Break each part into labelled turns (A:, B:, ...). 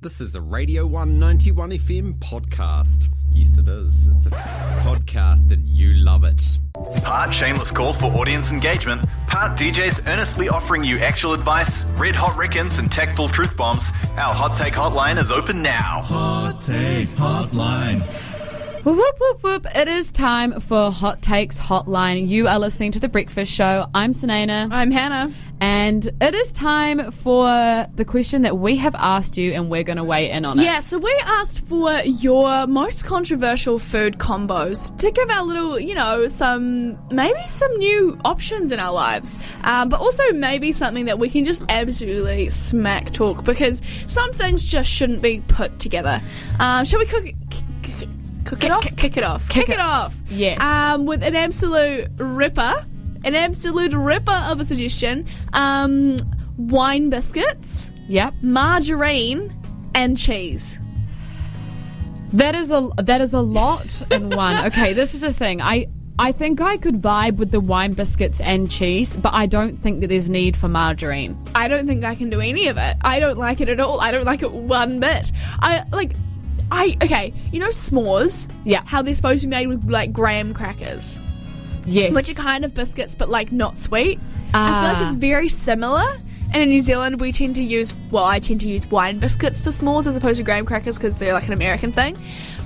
A: This is a Radio 191 FM podcast. Yes, it is. It's a podcast and you love it.
B: Part shameless call for audience engagement, part DJs earnestly offering you actual advice, red hot reckons, and tactful truth bombs. Our hot take hotline is open now.
C: Hot Take Hotline.
D: Whoop, whoop, whoop, whoop. It is time for Hot Takes Hotline. You are listening to The Breakfast Show. I'm Sunaina.
E: I'm Hannah.
D: And it is time for the question that we have asked you, and we're going to weigh in on it.
E: Yeah, so we asked for your most controversial food combos to give our little, you know, some maybe some new options in our lives, um, but also maybe something that we can just absolutely smack talk because some things just shouldn't be put together. Um, shall we cook? it- k- k- Cook it off, kick it off, kick it off.
D: Yes.
E: Um, with an absolute ripper, an absolute ripper of a suggestion. Um, wine biscuits
D: Yep.
E: margarine and cheese.
D: That is a that is a lot in one. Okay, this is the thing. I I think I could vibe with the wine biscuits and cheese, but I don't think that there's need for margarine.
E: I don't think I can do any of it. I don't like it at all. I don't like it one bit. I like I okay, you know s'mores?
D: Yeah.
E: How they're supposed to be made with like graham crackers.
D: Yes.
E: Which are kind of biscuits but like not sweet. I
D: Ah.
E: feel like it's very similar. And in New Zealand we tend to use well, I tend to use wine biscuits for s'mores as opposed to graham crackers because they're like an American thing.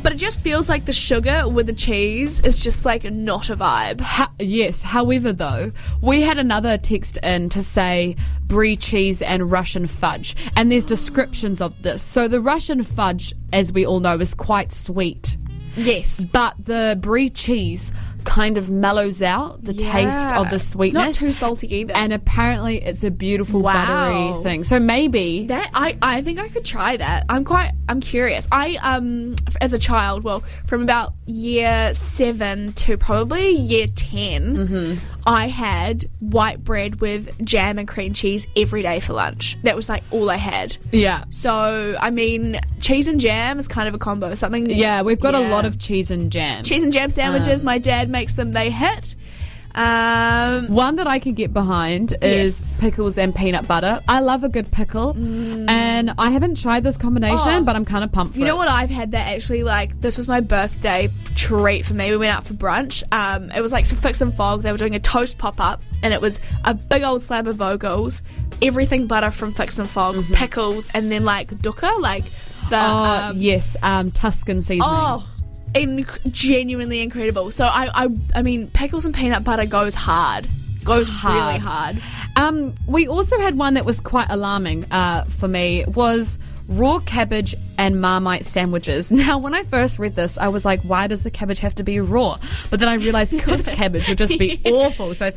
E: But it just feels like the sugar with the cheese is just like not a vibe.
D: Ha- yes. However, though, we had another text in to say brie cheese and Russian fudge, and there's descriptions of this. So the Russian fudge, as we all know, is quite sweet,
E: Yes.
D: but the brie cheese kind of mellows out the taste of
E: Yeah.
D: the sweetness.
E: It's not too salty either.
D: and apparently, it's a beautiful
E: Wow.
D: buttery thing. So maybe
E: that I, I think I could try that. I'm quite I'm curious. I um f- as a child, well, from about year 7 to probably year 10,
D: Mm-hmm.
E: I had white bread with jam and cream cheese every day for lunch. That was like all I had.
D: Yeah.
E: So, I mean, cheese and jam is kind of a combo, something
D: Yeah, we've got a
E: Yeah.
D: lot of Uh. cheese and jam.
E: cheese and jam sandwiches. My dad makes them, they hit. Um
D: One that I can get behind is
E: Yes. Mm.
D: pickles and peanut butter. I love a good pickle, and I haven't tried this combination,
E: Oh.
D: but I'm kind of pumped for
E: You know
D: it.
E: what I've had that actually like this was my birthday treat for me. We went out for brunch. Um, it was like to fix and fog. They were doing a toast pop up, and it was a big old slab of Vogels, everything butter from fix and fog, pickles, and then like dukkha, like the
D: Mm-hmm. Oh
E: um,
D: yes, um, Tuscan seasoning.
E: oh, inc- genuinely incredible. So I, I I mean pickles and peanut butter goes hard, goes really
D: Hard.
E: hard.
D: Um, we also had one that was quite alarming uh, for me. Was raw cabbage and marmite sandwiches. Now, when I first read this, I was like, "Why does the cabbage have to be raw?" But then I realised cooked cabbage would just be awful. So,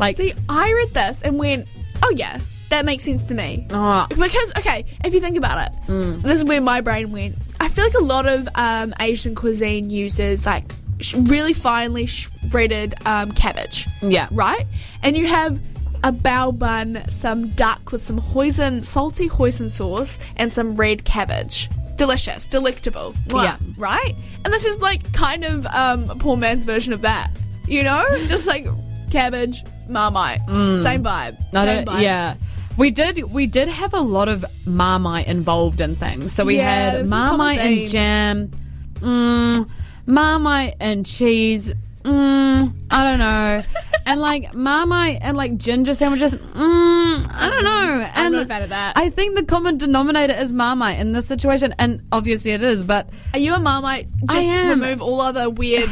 D: like,
E: See, I read this and went, oh yeah, that makes sense to me.
D: oh,
E: Because okay, if you think about it,
D: Mm.
E: this is where my brain went. I feel like a lot of um, Asian cuisine uses like sh- really finely shredded um, cabbage,
D: yeah,
E: right? And you have a bao bun, some duck with some hoisin, salty hoisin sauce, and some red cabbage. Delicious, delectable. Mwah,
D: Yeah.
E: right. And this is like kind of um, a poor man's version of that. You know, just like cabbage, marmite, same vibe.
D: Mm. I
E: same
D: don't-
E: vibe.
D: yeah. We did we did have a lot of marmite involved in things. So we
E: Yeah, there
D: had
E: was some common
D: marmite and
E: themes.
D: jam, mm, marmite and cheese. Mm, I don't know. and like marmite and like ginger sandwiches. Mm, I don't know. And
E: not a fan of that.
D: I think the common denominator is marmite in this situation, and obviously it is. But
E: Are you a marmite? Just
D: I am.
E: remove all other weird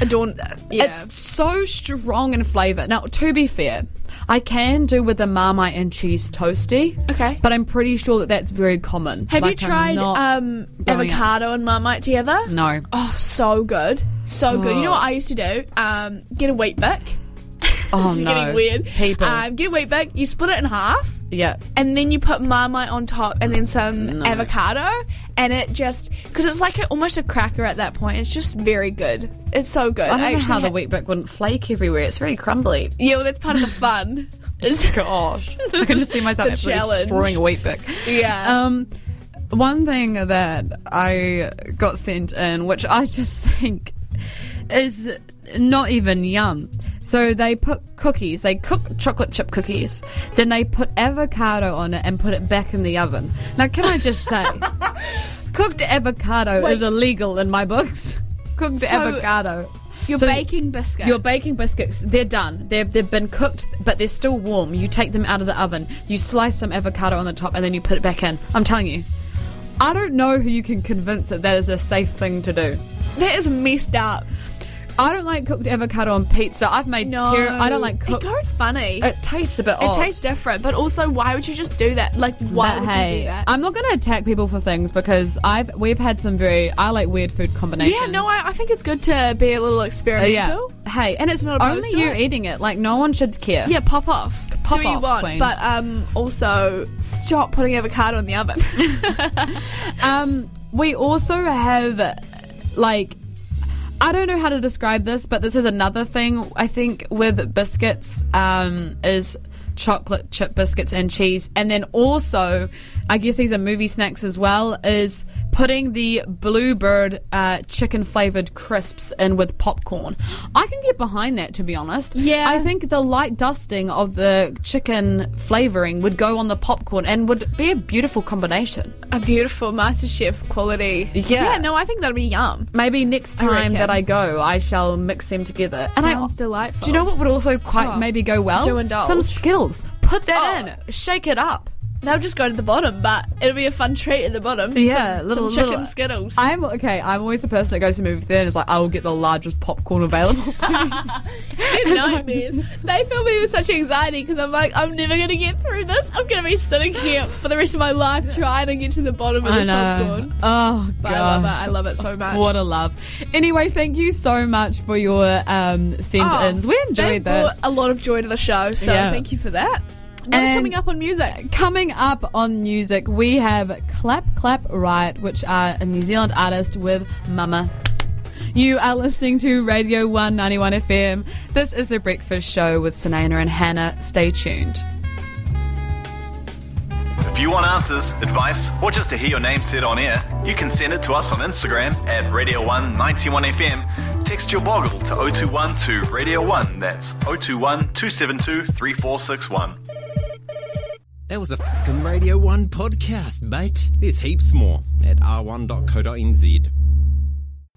E: adorn. Yeah.
D: It's so strong in flavour. Now, to be fair, I can do with a marmite and cheese toasty.
E: Okay.
D: But I'm pretty sure that that's very common.
E: Have
D: Like,
E: you
D: I'm
E: tried
D: not-
E: um,
D: going
E: avocado and marmite together?
D: no.
E: Oh, so good. So good. You know
D: Oh.
E: what I used to do? Um, get a wheat bick.
D: Oh,
E: this is
D: no.
E: getting weird.
D: People.
E: Um, get a wheat bick, you split it in half,
D: yeah.
E: and then you put marmite on top and then some
D: No.
E: avocado, and it just. Because it's like a, almost a cracker at that point. It's just very good. It's so good.
D: I don't know
E: actually
D: how the
E: ha-
D: wheat brick wouldn't flake everywhere. It's very crumbly.
E: Yeah, well, that's part of the fun. Is-
D: Gosh. I can just see myself
E: The
D: absolutely
E: challenge.
D: destroying a wheat brick.
E: yeah.
D: Um, one thing that I got sent in, which I just think is not even yum. So they put cookies, they cook chocolate chip cookies, then they put avocado on it and put it back in the oven. Now, can I just say, Cooked avocado
E: Wait.
D: is illegal in my books. Cooked avocado.
E: You're
D: So-
E: baking biscuits.
D: Your baking biscuits, they're done. They've, they've been cooked, but they're still warm. You take them out of the oven, you slice some avocado on the top, and then you put it back in. I'm telling you. I don't know who you can convince that that is a safe thing to do.
E: That is messed up.
D: I don't like cooked avocado on pizza. I've made
E: No,
D: terri- I don't like Uh, cooked.
E: It goes funny. It,
D: It tastes a bit odd.
E: tastes different, but also, why would you just do that? Like, why
D: But
E: would
D: hey,
E: you do that?
D: I'm not going to attack people for things because I've we've had some very I like weird food combinations.
E: yeah, no, I, I think it's good to be a little
D: Uh, yeah.
E: experimental.
D: Hey, and it's
E: Not opposed
D: only
E: to
D: you
E: it.
D: eating it. Like no one should care.
E: Yeah, pop off.
D: Pop
E: do what you
D: off,
E: want,
D: queens.
E: but um, also stop putting avocado in the oven.
D: Um, we also have uh, like I don't know how to describe this, but this is another thing I think with biscuits um, is chocolate chip biscuits and cheese, and then also I guess these are movie snacks as well. Is putting the bluebird uh, chicken flavored crisps in with popcorn. I can get behind that to be honest.
E: Yeah.
D: I think the light dusting of the chicken flavoring would go on the popcorn and would be a beautiful combination.
E: a beautiful master chef quality.
D: Yeah.
E: yeah. No, I think that'd be yum.
D: Maybe next
E: I
D: time
E: reckon.
D: that I go, I shall mix them together.
E: Sounds
D: I,
E: delightful.
D: Do you know what would also quite
E: Oh.
D: maybe go well?
E: Do indulge.
D: Some Skittles. Put that
E: Oh.
D: in. Shake it up.
E: They'll just go to the bottom, but it'll be a fun treat at the bottom.
D: Yeah,
E: some,
D: little-
E: some chicken
D: little-
E: skittles.
D: I'm okay. I'm always the person that goes to movie theater and is like, I will get the largest popcorn available.
E: They're nightmares. they fill me with such anxiety because I'm like, I'm never going to get through this. I'm going to be sitting here for the rest of my life trying to get to the bottom of this popcorn.
D: Oh god.
E: But I love it. I love it so much.
D: What a love. Anyway, thank you so much for your um,
E: Oh,
D: send-ins. we
E: they
D: enjoyed
E: brought
D: this.
E: a lot of joy to the show, so
D: Yeah.
E: thank you for that. What's
D: And-
E: coming up on music?
D: Coming up on music, we have Clap Clap Riot, which are a New Zealand artist with Mama. You are listening to Radio 191 FM. This is The Breakfast Show with Sunaina and Hannah. Stay tuned.
B: If you want answers, advice, or just to hear your name said on air, you can send it to us on Instagram at Radio 191 FM. Text your boggle to 0212 Radio 1. That's 021 272 3461.
A: That was a fucking Radio 1 podcast, mate. There's heaps more at r1.co.nz.